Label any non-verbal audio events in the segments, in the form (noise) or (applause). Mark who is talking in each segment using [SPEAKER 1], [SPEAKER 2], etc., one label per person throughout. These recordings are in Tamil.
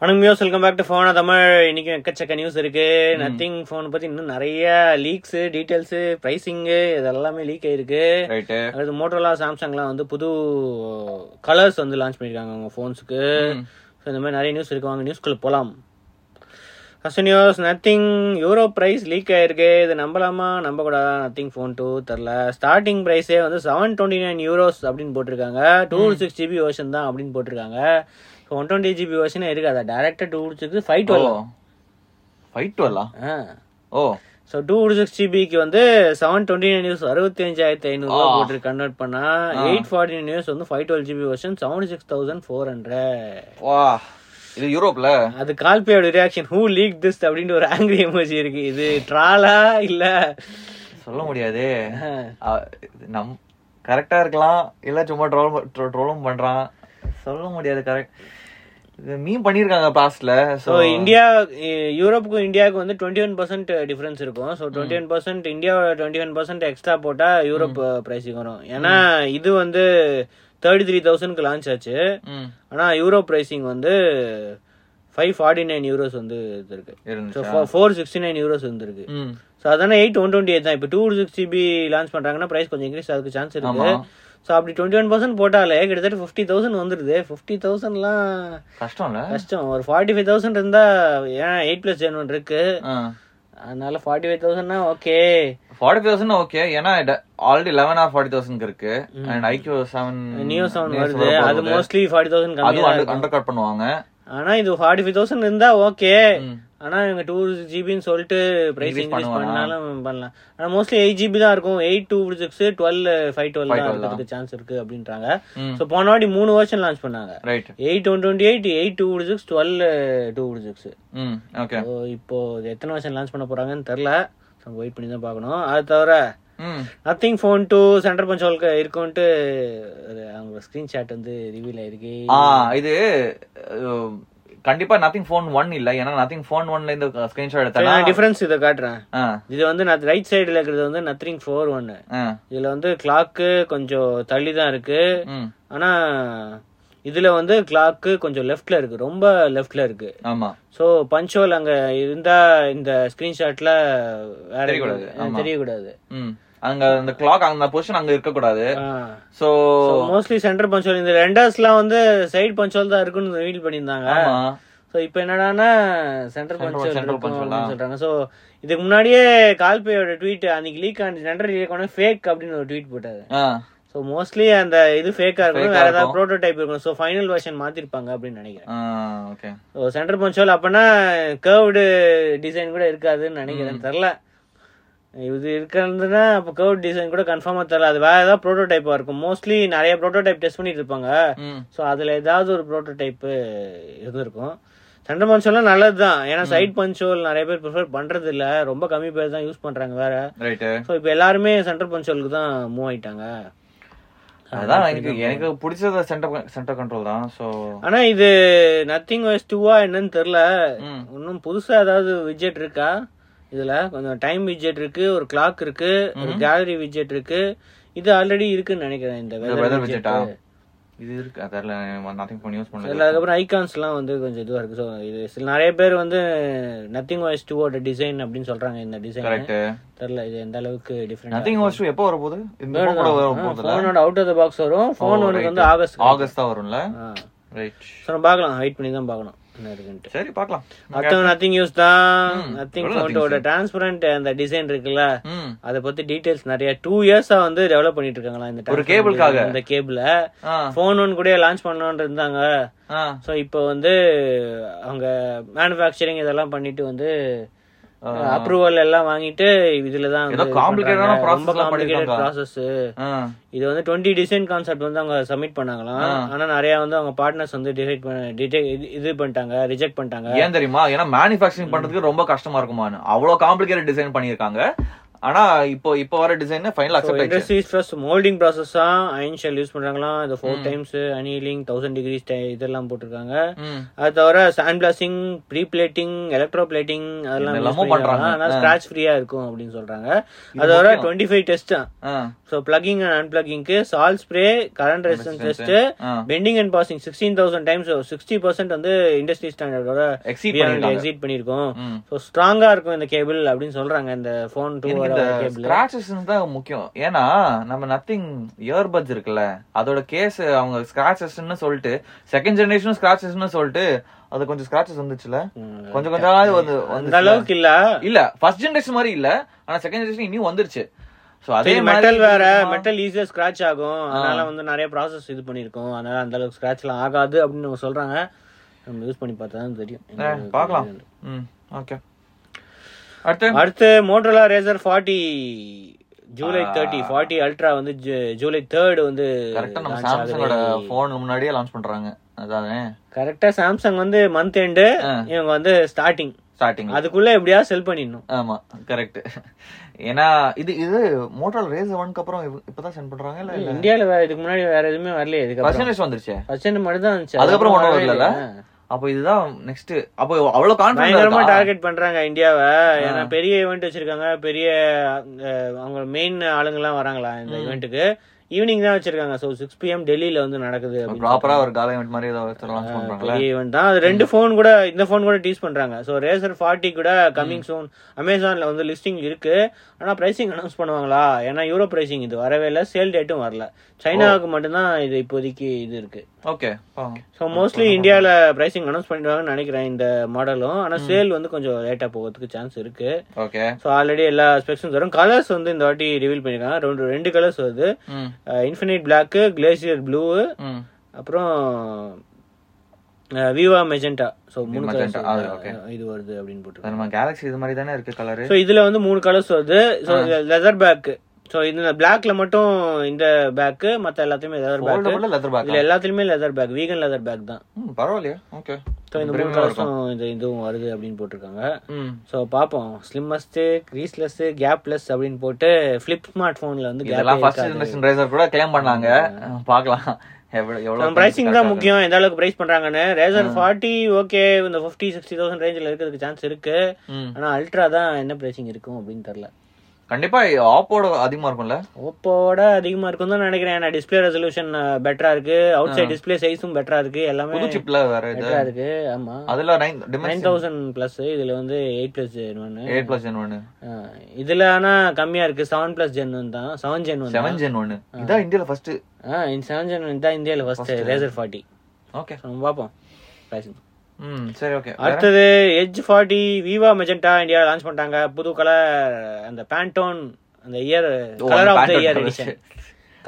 [SPEAKER 1] வணக்கம் யோஸ் வெல்கம் பேக் டு ஃபோனா தமிழ் இன்னைக்கு எக்கச்சக்க நியூஸ் இருக்கு நத்திங் ஃபோன் பத்தி இன்னும் நிறைய லீக்ஸ் டீடைல்ஸ் பிரைசிங்கு இதெல்லாமே லீக் ஆயிருக்கு
[SPEAKER 2] ரைட்டு
[SPEAKER 1] அடுத்து மோட்டோலா சாம்சங்லாம் வந்து புது கலர்ஸ் வந்து லான்ச் பண்ணியிருக்காங்க அவங்க ஃபோன்ஸுக்கு ஸோ இந்த மாதிரி நிறைய நியூஸ் இருக்கு வாங்க நியூஸ்குள்ள போகலாம் first news Nothing Euro price leak ஆயிருக்கு இது நம்பலாமா நம்பக்கூடாதா நத்திங் ஃபோன் டூ தெரில ஸ்டார்டிங் ப்ரைஸே வந்து செவன் டுவெண்ட்டி நைன் யூரோஸ் அப்படின்னு போட்டிருக்காங்க டூ சிக்ஸ் ஜிபி வருஷன் தான் அப்படின்னு போட்டிருக்காங்க ஸோ ஒன் டுவெண்ட்டி ஜிபி வருஷனே இருக்காது டேரெக்டாக two six five
[SPEAKER 2] o
[SPEAKER 1] twelve
[SPEAKER 2] five டுவெல்லா
[SPEAKER 1] ஆ
[SPEAKER 2] ஓ
[SPEAKER 1] ஸோ டூ சிக்ஸ் ஜிபிக்கு வந்து செவன் டுவெண்ட்டி நைன் நியூஸ் அறுபத்தி அஞ்சாயிரத்தி ஐநூறுரூவா
[SPEAKER 2] ஆ.
[SPEAKER 1] போட்டு கன்வெர்ட் பண்ணா எயிட் ஃபார்ட்டி நைன் நியூஸ் வந்து five twelve GB version seven six thousand four hundred
[SPEAKER 2] வா இது யூரோப்ல
[SPEAKER 1] அது கால்பேயோட ரியாக்ஷன் ஹூ லீக் திஸ் அப்படின்ற ஒரு ஆங்கிரி எமோஜி இருக்கு இது ட்ராலா இல்ல
[SPEAKER 2] சொல்ல
[SPEAKER 1] (laughs)
[SPEAKER 2] முடியாது நம் கரெக்டா இருக்கலாம் இல்ல சும்மா ட்ரோல் ட்ரோலும் பண்றான் சொல்ல முடியாது கரெக்ட் இது மீன் பண்ணிருக்காங்க பாஸ்ட்ல
[SPEAKER 1] ஸோ இந்தியா இ- யூரோப்புக்கும் இந்தியாவுக்கு வந்து டுவெண்ட்டி ஒன் பர்சன்ட் டிஃபரன்ஸ் இருக்கும் so twenty one percent India twenty one percent extra போட்டால் யூரோப் ப்ரைஸுக்கு வரும் ஏன்னா இது வந்து தேர்ட்டி த்ரீ தௌசண்ட்க்கு லான்ச் ஆச்சு
[SPEAKER 2] ம்
[SPEAKER 1] ஆனால் யூரோப் ப்ரைஸிங் வந்து ஃபைவ் ஃபார்ட்டி நைன் யூரோஸ் வந்து இது இருக்கு ஸோ
[SPEAKER 2] இருந்துச்சா
[SPEAKER 1] ஃபோர் சிக்ஸ்டி நைன் யூரோஸ் வந்துருக்கு
[SPEAKER 2] ம்
[SPEAKER 1] ஸோ அதானே எயிட் ஒன் டுவெண்ட்டி எயிட் தான் இப்போ டூ சிக்ஸ் ஜிபி லான்ச் பண்ணுறாங்கன்னா ப்ரைஸ் கொஞ்சம் இன்க்ரீஸ் ஆகுது சான்ஸ்
[SPEAKER 2] ஆமா
[SPEAKER 1] இருக்கு ஸோ அப்படி டுவெண்ட்டி ஒன் பர்சன்ட் போட்டாலே கிட்டத்தட்ட ஃபிஃப்டி தௌசண்ட் வந்துடுது ஃபிஃப்டி தௌசண்ட்லாம்
[SPEAKER 2] கஷ்டம்ல
[SPEAKER 1] கஷ்டம் ஒரு ஃபார்ட்டி ஃபைவ் தௌசண்ட் இருந்தால் ஏன் எயிட் ப்ளஸ் ஜென் ஒன் இருக்கு அதனால ஃபார்ட்டி ஃபைவ் தௌசண்ட்னா ஓகே
[SPEAKER 2] ஃபார்ட்டி தௌசண்ட் ஓகே ஏன்னா ஆல்ரெடி லெவன் ஆர் ஃபார்ட்டி தௌசண்ட்க்கு இருக்கு and iQOO seven
[SPEAKER 1] new sound வருது அது மோஸ்ட்லி ஃபார்ட்டி தௌசண்ட் கம்மி
[SPEAKER 2] அதுவும் அண்டர் கட் பண்ணுவாங்க
[SPEAKER 1] ஆனால் இது ஃபார்ட்டி ஃபைவ் தௌசண்ட் இருந்தால் ஓகே
[SPEAKER 2] ம்.
[SPEAKER 1] ஆனால் இவங்க டூ ஜிபின்னு சொல்லிட்டு ப்ரைஸ்
[SPEAKER 2] Increase
[SPEAKER 1] இன்க்ரீஸ்
[SPEAKER 2] பண்ணுவானா?
[SPEAKER 1] பண்ணாலும் பண்ணலாம் ஆனால் மோஸ்ட்லி எயிட் ஜிபி தான் இருக்கும் eight two six twelve five twelve
[SPEAKER 2] 512 தான்.
[SPEAKER 1] இருக்கிறதுக்கு சான்ஸ் இருக்கு அப்படின்றாங்க
[SPEAKER 2] ம்
[SPEAKER 1] ஸோ போன வாட்டி மூணு வருஷம் லான்ச் பண்ணாங்க
[SPEAKER 2] right
[SPEAKER 1] eight one twenty eight eight two six twelve two six
[SPEAKER 2] ம் ஓகே
[SPEAKER 1] ஸோ இப்போ இது எத்தனை வருஷம் லான்ச் பண்ண போறாங்கன்னு தெரில நம்ம வெயிட் பண்ணி தான் பார்க்கணும் அது தவிர
[SPEAKER 2] ம்
[SPEAKER 1] நத்திங் ஃபோன் டூ சென்டர் பஞ்சோலுக்கு இருக்கும்ட்டு ஒரு அவங்க ஸ்க்ரீன்ஷாட் வந்து ரிவீல் ஆயிருக்கு
[SPEAKER 2] ஆ இது அஹ், கண்டிப்பா நதிங் ஃபோன் ஒன் இல்ல ஏன்னா நதிங் ஃபோன் ஒன்ல இந்த ஸ்கிரீன்ஷாட் எடுத்தேன்னா
[SPEAKER 1] நான் டிஃபரன்ஸ் இதை காட்டுறேன்
[SPEAKER 2] ஆ,
[SPEAKER 1] இது வந்து நான் ரைட் சைடில் இருக்கிறது வந்து நத்திங் ஃபோர் ஒன்று
[SPEAKER 2] ஆ,
[SPEAKER 1] இதில் வந்து கிளாக்கு கொஞ்சம் தள்ளி தான் இருக்கு
[SPEAKER 2] ம்,
[SPEAKER 1] ஆனால் இதில் வந்து கிளாக்கு கொஞ்சம் லெஃப்டில் இருக்கு ரொம்ப லெஃப்டில் இருக்கு
[SPEAKER 2] ஆமா
[SPEAKER 1] ஸோ பஞ்சோல் அங்கே இருந்தா இந்த ஸ்க்ரீன்ஷாட்ல வேற
[SPEAKER 2] தெரியக்கூடாது,
[SPEAKER 1] எதுவும்
[SPEAKER 2] ஆமா.
[SPEAKER 1] தெரியக்கூடாது
[SPEAKER 2] ம் அங்க அந்த கிளாக் அந்த பொசிஷன் அங்க இருக்க கூடாது சோ
[SPEAKER 1] மோஸ்ட்லி சென்டர் பஞ்சோல் இந்த ரெண்டர்ஸ்லாம் வந்து சைடு பஞ்சோல் தான் இருக்குன்னு ரீல் பண்ணியிருந்தாங்க
[SPEAKER 2] ஆமா
[SPEAKER 1] ஸோ இப்போ என்னடான்னா சென்டர் பஞ்சோல்
[SPEAKER 2] central
[SPEAKER 1] இருக்கும்
[SPEAKER 2] console ஆ.
[SPEAKER 1] அப்படின்னு சொல்றாங்க ஸோ இதுக்கு முன்னாடியே கால்பேயோட ட்வீட் அன்னைக்கு லீக் ஆனது சென்டர் லீக் ஆன ஃபேக் அப்படின்னு ஒரு ட்வீட் போட்டாரு
[SPEAKER 2] ஆ,
[SPEAKER 1] ஸோ மோஸ்ட்லி அந்த இது ஃபேக்காக இருக்கும்
[SPEAKER 2] Fake ஆ
[SPEAKER 1] வேற ஏதாவது
[SPEAKER 2] இருக்கும்.
[SPEAKER 1] ப்ரோட்டோடைப் இருக்கும் ஸோ ஃபைனல் வெர்ஷன் மாத்திருப்பாங்க அப்படின்னு நினைக்கிறேன்
[SPEAKER 2] ஆ, ஓகே
[SPEAKER 1] ஓ சென்டர் பஞ்சோல் அப்பனா கேர்வ்டு டிசைன் கூட இருக்காதுன்னு நினைக்கிறேன் தெரில இது இருக்கிறதுனா அப்போ கேர்வ் டிசைன் கூட கன்ஃபார்மாக தெரில அது வேற ஏதாவது ப்ரோட்டோடைப்பாக இருக்கும் மோஸ்ட்லி நிறைய ப்ரோட்டோடைப் டெஸ்ட் பண்ணிட்டு இருப்பாங்க
[SPEAKER 2] ம்
[SPEAKER 1] ஸோ அதில் ஏதாவது ஒரு ப்ரோட்டோடைப்பு இருந்திருக்கும் சென்டர் பஞ்சோல்லாம் நல்லது தான் ஏன்னா சைட் பஞ்சோல் நிறைய பேர் ப்ரிஃபர் பண்ணுறது இல்லை ரொம்ப கம்மி பேர் தான் யூஸ் பண்ணுறாங்க வேற
[SPEAKER 2] ரைட்டு
[SPEAKER 1] ஸோ இப்போ எல்லாருமே சென்டர் பஞ்சோலுக்கு தான் மூவ் ஆயிட்டாங்க
[SPEAKER 2] அதான் எனக்கு எனக்கு பிடிச்சது சென்டர் சென்டர் கண்ட்ரோல் தான் சோ
[SPEAKER 1] ஆனா இது நத்திங் வாய்ஸ் டூவா என்னன்னு தெரில
[SPEAKER 2] ம்
[SPEAKER 1] இன்னும் புதுசா ஏதாவது விஜெட் இருக்கா இதுல கொஞ்சம் டைம் விஜெட் இருக்கு ஒரு கிளாக் இருக்கு ஒரு கேலரி விஜெட் இருக்கு இது ஆல்ரெடி இருக்குன்னு நினைக்கிறேன் இந்த
[SPEAKER 2] weather
[SPEAKER 1] வெதர்
[SPEAKER 2] widget
[SPEAKER 1] விஜெட்
[SPEAKER 2] ஆ? இது இருக்கு தெரியல நதிங் ஃபோன் யூஸ்
[SPEAKER 1] இல்ல
[SPEAKER 2] பண்ணல
[SPEAKER 1] அதுக்கப்புறம் ஐகான்ஸ்லாம் வந்து கொஞ்சம் இதுவா இருக்கு ஸோ இது சில நிறைய பேர் வந்து நத்திங் வாய்ஸ் டூவோட டிசைன் அப்படின்னு சொல்றாங்க இந்த டிசைன்
[SPEAKER 2] கரெக்ட்
[SPEAKER 1] தெரில இது எந்த அளவுக்கு டிஃப்ரெண்ட்
[SPEAKER 2] நதிங் வாஷ் எப்போ வர போகுது இந்த phone கூட வர போகுதுல
[SPEAKER 1] ஃபோனோட out of the box
[SPEAKER 2] Oh,
[SPEAKER 1] வரும் ஃபோன் உனக்கு வந்து ஆகஸ்ட்
[SPEAKER 2] ஆகஸ்ட் தான் வரும்ல ரைட்
[SPEAKER 1] ஸோ நம்ம பார்க்கலாம் வெயிட் பண்ணி தான் பார்க்கணும் என்ன இருக்குன்ட்டு
[SPEAKER 2] சரி பார்க்கலாம்
[SPEAKER 1] மத்தவங்க நத்திங் யூஸ் தான்
[SPEAKER 2] ம்,
[SPEAKER 1] நத்திங்
[SPEAKER 2] எவ்வளவு nothing
[SPEAKER 1] ஃபோன்டோட டிரான்ஸ்பரண்ட் அந்த டிசைன் இருக்குல்ல
[SPEAKER 2] ம்
[SPEAKER 1] அதை பத்தி டீடைல்ஸ் நிறைய டூ இயர்ஸா வந்து டெவலப் பண்ணிட்டு இருக்காங்களா இந்த
[SPEAKER 2] ஒரு
[SPEAKER 1] transparent
[SPEAKER 2] cableக்காக.
[SPEAKER 1] design, இந்த கேபிள
[SPEAKER 2] ஆ
[SPEAKER 1] ஃபோன் ஒன் கூட லான்ச் பண்ணணும்னு இருந்தாங்க
[SPEAKER 2] ஆ
[SPEAKER 1] ஸோ இப்போ வந்து அவங்க மேனுஃபேக்சரிங் இதெல்லாம் பண்ணிட்டு வந்து அப்ரூவல் எல்லாம் வாங்கிட்டு இதுல தான்
[SPEAKER 2] ஏதோ complicated ஆன process
[SPEAKER 1] ரொம்ப
[SPEAKER 2] எல்லாம்
[SPEAKER 1] காம்ப்ளிகேட்டட்
[SPEAKER 2] பண்ணிருக்காங்க.
[SPEAKER 1] ப்ராசஸ்
[SPEAKER 2] ஆ
[SPEAKER 1] இது வந்து டுவெண்ட்டி டிசைன் கான்செப்ட் வந்து அவங்க சப்மிட் பண்ணாங்களாம் ஆனா நிறைய வந்து அவங்க பார்ட்னர்ஸ் வந்து டிசைட் பண்ண detect- இது- இது பண்ணிட்டாங்க ரிஜெக்ட் பண்ணிட்டாங்க
[SPEAKER 2] ஏன் தெரியுமா ஏன்னா மேனுஃபேக்சரிங் பண்றதுக்கு ரொம்ப கஷ்டமா இருக்குமான்னு அவ்வளவு காம்ப்ளிகேட்டட் டிசைன் பண்ணியிருக்காங்க ஆனா இப்போ இப்போ வர டிசைன் ஃபைனல் அக்செப்ட் ஆயிடுச்சு
[SPEAKER 1] இண்டஸ்ட்ரீஸ் ஃபர்ஸ்ட் மோல்டிங் ப்ராசஸ்ஸா ஐன்ஷல் யூஸ் பண்றாங்களாம் இந்த four times annealing thousand degrees இதெல்லாம் போட்டிருக்காங்க
[SPEAKER 2] ம்.
[SPEAKER 1] அது தவிர sand blasting pre plating electro plating அதெல்லாம்
[SPEAKER 2] என்னெல்லாமோ
[SPEAKER 1] use பண்றாங்க
[SPEAKER 2] பண்றாங்க.
[SPEAKER 1] ஆனால் ஸ்கிராச் ஃப்ரீயா இருக்கும் அப்படின்னு சொல்றாங்க அது தவிர டுவெண்ட்டி ஃபைவ் டெஸ்ட்
[SPEAKER 2] ஆ.
[SPEAKER 1] ஸோ பிளகிங் அண்ட் அன்பிளகிங்க்கு salt spray current resistance test
[SPEAKER 2] ஆ.
[SPEAKER 1] Bending and passing sixteen thousand times sixty percent வந்து இண்டஸ்ட்ரி ஸ்டாண்டர்டோட
[SPEAKER 2] Exceed
[SPEAKER 1] எக்ஸிட் பண்ணியிருக்கோம்
[SPEAKER 2] ம்.
[SPEAKER 1] ஸோ ஸ்ட்ராங்கா இருக்கும் இந்த கேபிள் அப்படின்னு சொல்றாங்க இந்த ஃபோன் டூ
[SPEAKER 2] எனக்கு இந்த
[SPEAKER 1] கேபிள்
[SPEAKER 2] scratches தான் முக்கியம் ஏன்னா நம்ம நத்திங் இயர்பட்ஸ் இருக்குல்ல அதோட கேஸ் அவங்க ஸ்கிராச்சஸ்ன்னு சொல்லிட்டு செகண்ட் ஜெனரேஷன் ஸ்கிராச்சஸ்ன்னு சொல்லிட்டு அது கொஞ்சம் ஸ்கிராச்சஸ் வந்துச்சுல கொஞ்சம் கொஞ்சமாவது வந்து
[SPEAKER 1] அந்த
[SPEAKER 2] வந்து
[SPEAKER 1] அளவுக்கு இல்ல
[SPEAKER 2] இல்ல ஃபர்ஸ்ட் ஜெனரேஷன் மாதிரி இல்ல ஆனா செகண்ட் ஜெனரேஷன் இன்னும் வந்துருச்சு சோ அதே
[SPEAKER 1] சரி
[SPEAKER 2] மாதிரி
[SPEAKER 1] மெட்டல் வேற மெட்டல் ஈஸியா ஸ்கிராச் ஆகும் அதனால வந்து நிறைய ப்ராசஸ் இது பண்ணிருக்கோம் அதனால அந்த அளவுக்கு ஸ்கிராச்லாம் ஆகாது அப்படின்னு நம்ம சொல்றாங்க நம்ம யூஸ் பண்ணி பார்த்தா தான் தெரியும்
[SPEAKER 2] அஹ், பார்க்கலாம் ம் ஓகே அடுத்து
[SPEAKER 1] அடுத்து Motorola Razr forty July thirty forty ultra வந்து ஜூ- ஜூலை தேர்ட் வந்து
[SPEAKER 2] கரெக்டா நம்ம சாம்சங்கோட போன் முன்னாடியே லான்ச் பண்றாங்க அதானே
[SPEAKER 1] கரெக்டா சாம்சங் வந்து மந்த் எண்டு இவங்க வந்து ஸ்டார்டிங்
[SPEAKER 2] ஸ்டார்டிங்
[SPEAKER 1] அதுக்குள்ள எப்படியா செல் பண்ணிடணும்
[SPEAKER 2] ஆமா கரெக்ட் ஏன்னா இது இது மோட்டார் ரேஸ் ஒன்க்கு அப்புறம் இவ- இப்பதான் சென்ட் பண்றாங்க இல்ல இல்ல
[SPEAKER 1] இந்தியால வேற இதுக்கு முன்னாடி வேற எதுவுமே வரலையே இதுக்கப்புறம்
[SPEAKER 2] பர்சன்டேஜ் வந்துருச்சு
[SPEAKER 1] ஃபர்ஸ்ட் எண்டு மட்டும் தான் இருந்துச்சு
[SPEAKER 2] அதுக்கப்புறம் ஒண்ணும்
[SPEAKER 1] வரவே
[SPEAKER 2] வரல
[SPEAKER 1] இல்ல.
[SPEAKER 2] அப்போ இதுதான் நெக்ஸ்ட் அப்போ அவ்வளவு
[SPEAKER 1] பயங்கரமா
[SPEAKER 2] கான்ஃபிடன்ஸ்
[SPEAKER 1] டார்கெட் பண்றாங்க இந்தியாவை ஏன்னா பெரிய ஈவெண்ட் வச்சிருக்காங்க பெரிய அஹ், அவங்க மெயின் ஆளுங்கலாம் வராங்களா இந்த ஈவெண்ட்டுக்கு ஈவினிங் தான் வச்சிருக்காங்க ஸோ சிக்ஸ் பிஎம் டெல்லியில வந்து நடக்குது அப்படின்னு
[SPEAKER 2] ப்ராப்பரா ஒரு கால event மாதிரி ஏதாவது லான்ச் பண்றாங்களா
[SPEAKER 1] பெரிய ஈவெண்ட் தான் அது ரெண்டு ஃபோன் கூட இந்த ஃபோன் கூட டீஸ் பண்றாங்க ஸோ ரேசர் ஃபார்ட்டி கூட கம்மிங் சோன் அமேசான்ல வந்து லிஸ்டிங் இருக்கு ஆனா பிரைசிங் அனௌன்ஸ் பண்ணுவாங்களா ஏன்னா யூரோ பிரைசிங் இது வரவே இல்லை சேல் டேட்டும் வரல சைனாவுக்கு மட்டும்தான் இது இப்போதைக்கு இது இருக்கு
[SPEAKER 2] ஓகே
[SPEAKER 1] ஸோ மோஸ்ட்லி இந்தியாவில் ப்ரைசிங் அனௌன்ஸ் பண்ணிடுவாங்கன்னு நினைக்கிறேன் இந்த மாடலும் ஆனால் சேல் வந்து கொஞ்சம் லேட்டாக போகிறதுக்கு சான்ஸ் இருக்கு
[SPEAKER 2] ஓகே
[SPEAKER 1] ஸோ ஆல்ரெடி எல்லா ஸ்பெக்ஸும் வரும் கலர்ஸ் வந்து இந்த வாட்டி ரிவீல் பண்ணியிருக்காங்க ரெண்டு ரெண்டு கலர்ஸ் வருது Uh,
[SPEAKER 2] ம்
[SPEAKER 1] இன்ஃபினிட் பிளாக்கு கிளேசியர் ப்ளூ
[SPEAKER 2] ம்
[SPEAKER 1] அப்புறம் uh, விவா மெஜெண்டா ஸோ மூணு
[SPEAKER 2] Magenta,
[SPEAKER 1] கலர்ஸ்
[SPEAKER 2] ஆ, okay.
[SPEAKER 1] இது வருது அப்படின்னு போட்டு
[SPEAKER 2] அது நம்ம கேலக்ஸி இது மாதிரி தானே இருக்கு கலரு
[SPEAKER 1] ஸோ இதில் வந்து மூணு கலர்ஸ் வருது ஸோ லெதர் பேக்கு ஸோ இந்த பிளாக்ல மட்டும் இந்த பேக்கு மற்ற எல்லாத்தையுமே leather back
[SPEAKER 2] foldable leather back
[SPEAKER 1] இதில் எல்லாத்துலேயுமே leather back vegan leather back தான்
[SPEAKER 2] ம் பரவாயில்லையா ஓகே
[SPEAKER 1] ஸோ இந்த மூணு கலர்ஸும் இந்த இதுவும் வருது அப்படின்னு போட்டிருக்காங்க
[SPEAKER 2] ம்
[SPEAKER 1] ஸோ பார்ப்போம் ஸ்லிம்மஸ்ட்டு க்ரீஸ்லெஸ்ஸு கேப்லெஸ் அப்படின்னு போட்டு ஃப்ளிப் ஸ்மார்ட் ஃபோனில் வந்து
[SPEAKER 2] இதெல்லாம் ஃபர்ஸ்ட் ஜெனரேஷன் ரேசர் கூட கிளைம் பண்ணாங்க பார்க்கலாம் எவ்வளவு எவ்வளவு
[SPEAKER 1] ப்ரைசிங் தான் முக்கியம் எந்த அளவுக்கு ப்ரைஸ் பண்ணுறாங்கன்னு ரேசர் ஃபார்ட்டி ஓகே இந்த ஃபிஃப்டி சிக்ஸ்டி தௌசண்ட் ரேஞ்சில் இருக்கிறதுக்கு சான்ஸ் இருக்கு
[SPEAKER 2] ம்.
[SPEAKER 1] ஆனால் அல்ட்ரா தான் என்ன ப்ரைசிங் இருக்கும் அப்படின்னு தெரில
[SPEAKER 2] கண்டிப்பா ஆப்போட அதிகமா இருக்கும்ல
[SPEAKER 1] ஓப்போவோட அதிகமாக இருக்கும் தான் நினைக்கிறேன் ஏன்னா டிஸ்பிளே ரெசல்யூஷன் பெட்டராக இருக்கு அவுட் சைட் டிஸ்பிளே சைஸும் பெட்டராக இருக்கு எல்லாமே
[SPEAKER 2] புது சிப்ல வேற இது
[SPEAKER 1] பெட்டராக இருக்கு ஆமாம்
[SPEAKER 2] அதுல nine
[SPEAKER 1] nine
[SPEAKER 2] dimension
[SPEAKER 1] thousand plus இதில் வந்து எயிட் ப்ளஸ் ஜென் ஒன்று
[SPEAKER 2] எயிட் பிளஸ் ஜென் ஒன்னு
[SPEAKER 1] இதில் ஆனால் கம்மியாக இருக்குது செவன் ப்ளஸ் ஜென் ஒன் தான் seven gen one
[SPEAKER 2] seven gen ஒன்னு இதான் இந்தியால ஃபர்ஸ்ட்
[SPEAKER 1] ஆ இந்த செவன் ஜென் தான் இந்தியாவில் ஃபர்ஸ்ட் ரேசர் ஃபார்ட்டி
[SPEAKER 2] ஓகே
[SPEAKER 1] நம்ம பார்ப்போம் pricing.
[SPEAKER 2] ம் சரி ஓகே
[SPEAKER 1] அடுத்தது edge forty viva magenta India launch பண்ணிட்டாங்க புது கலர் அந்த பேண்டோன் அந்த year colour of the
[SPEAKER 2] Oh, Pantone
[SPEAKER 1] year
[SPEAKER 2] colour.
[SPEAKER 1] Edition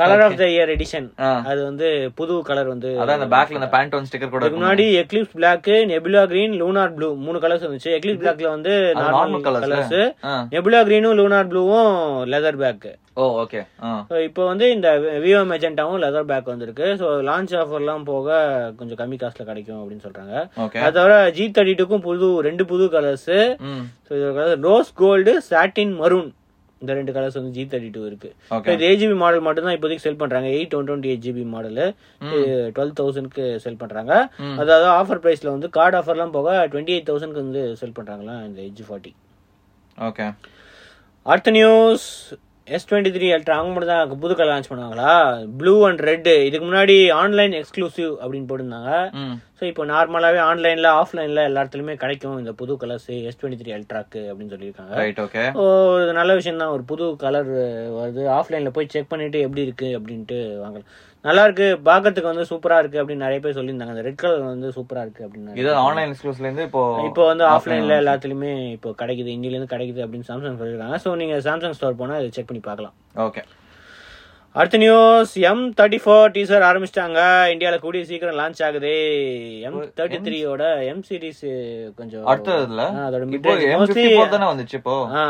[SPEAKER 1] colour of the year edition
[SPEAKER 2] ஆ.
[SPEAKER 1] அது வந்து புது கலர் வந்து
[SPEAKER 2] அதான் அந்த பேக்ல அந்த பேண்டோன் ஸ்டிக்கர் கூட
[SPEAKER 1] இதுக்கு முன்னாடி eclipse black nebula green lunar blue மூணு கலர்ஸ் இருந்துச்சு எக்லிப்ஸ் பிளாக்ல வந்து நார்மல்
[SPEAKER 2] நார்மல்
[SPEAKER 1] கலர்ஸ்
[SPEAKER 2] கலர்ஸ் ஆ
[SPEAKER 1] நெபுலா கிரீனும் லூனார் ப்ளூவும் லெதர் பேக்கு
[SPEAKER 2] ஓ ஓகே ஆ
[SPEAKER 1] ஸோ இப்போ வந்து இந்த விவோ மெஜெண்டாவும் லெதர் பேக் வந்திருக்கு ஸோ லான்ச் ஆஃபர்லாம் போக கொஞ்சம் கம்மி காஸ்ட்ல கிடைக்கும் அப்படின்னு சொல்றாங்க
[SPEAKER 2] ஓகே
[SPEAKER 1] அது தவிர ஜி தேர்ட்டி டூக்கும் புது ரெண்டு புது கலர்ஸ்
[SPEAKER 2] ம்
[SPEAKER 1] ஸோ இது colour rose gold satin maroon இந்த ரெண்டு கலர்ஸ் வந்து ஜி தேர்ட்டி டூ இருக்கு
[SPEAKER 2] Okay.
[SPEAKER 1] So, இது ஏஜிபி மாடல் மட்டும் தான் இப்போதைக்கு செல் பண்றாங்க eight one twenty eight GB model twelve தௌசண்ட்க்கு செல் பண்றாங்க அதாவது ஆஃபர் பிரைஸ்ல வந்து கார்டு ஆஃபர்லாம் போக டுவெண்ட்டி எயிட் தௌசண்ட்க்கு வந்து செல் பண்றாங்களா இந்த எஜ் ஃபார்ட்டி
[SPEAKER 2] ஓகே
[SPEAKER 1] அடுத்த news S twenty three ultra அவங்க மட்டும் தான் புது கலர் லான்ச் பண்ணுவாங்களா ப்ளூ அண்ட் ரெட் இதுக்கு முன்னாடி ஆன்லைன் எக்ஸ்க்ளூசிவ் அப்படின்னு போட்டிருந்தாங்க
[SPEAKER 2] ம்
[SPEAKER 1] ஸோ இப்போ நார்மலாகவே ஆன்லைனில் ஆஃப்லைனில் எல்லா இடத்துலையுமே கிடைக்கும் இந்த புது கலர்ஸ் எஸ் டுவெண்ட்டி த்ரீ அல்ட்ராக்கு அப்படின்னு சொல்லியிருக்காங்க
[SPEAKER 2] ரைட் ஓகே
[SPEAKER 1] ஸோ இது நல்ல விஷயம் தான் ஒரு புது கலர் வருது ஆஃப்லைனில் போய் செக் பண்ணிட்டு எப்படி இருக்கு அப்படின்ட்டு வாங்கலாம் நல்லா இருக்கு பார்க்கறதுக்கு வந்து சூப்பராக இருக்கு அப்படின்னு நிறைய பேர் சொல்லியிருந்தாங்க அந்த ரெட் கலர் வந்து சூப்பராக இருக்கு அப்படின்னு
[SPEAKER 2] இது ஆன்லைன் எக்ஸ்க்ளூசிவ்ல இருந்து இப்போ
[SPEAKER 1] இப்போ வந்து ஆஃப்லைன்ல எல்லாத்துலயுமே இப்போ கிடைக்குது இந்தியில இருந்து கிடைக்குது அப்படின்னு சாம்சங் சொல்லியிருக்காங்க ஸோ நீங்க சாம்சங் ஸ்டோர் போனா இதை செக் பண்ணி பார்க்கலாம்
[SPEAKER 2] ஓகே
[SPEAKER 1] அடுத்த news M thirty four teaser ஆரம்பிச்சிட்டாங்க இந்தியாவில் கூடிய சீக்கிரம் லான்ச் ஆகுது எம் தேர்ட்டி த்ரீயோட எம் சீரிஸ் கொஞ்சம்
[SPEAKER 2] அடுத்ததுல
[SPEAKER 1] ஆ, அதோட
[SPEAKER 2] இப்போ
[SPEAKER 1] mid-range
[SPEAKER 2] M54
[SPEAKER 1] mostly-
[SPEAKER 2] தானே வந்துச்சு இப்போ
[SPEAKER 1] ஆ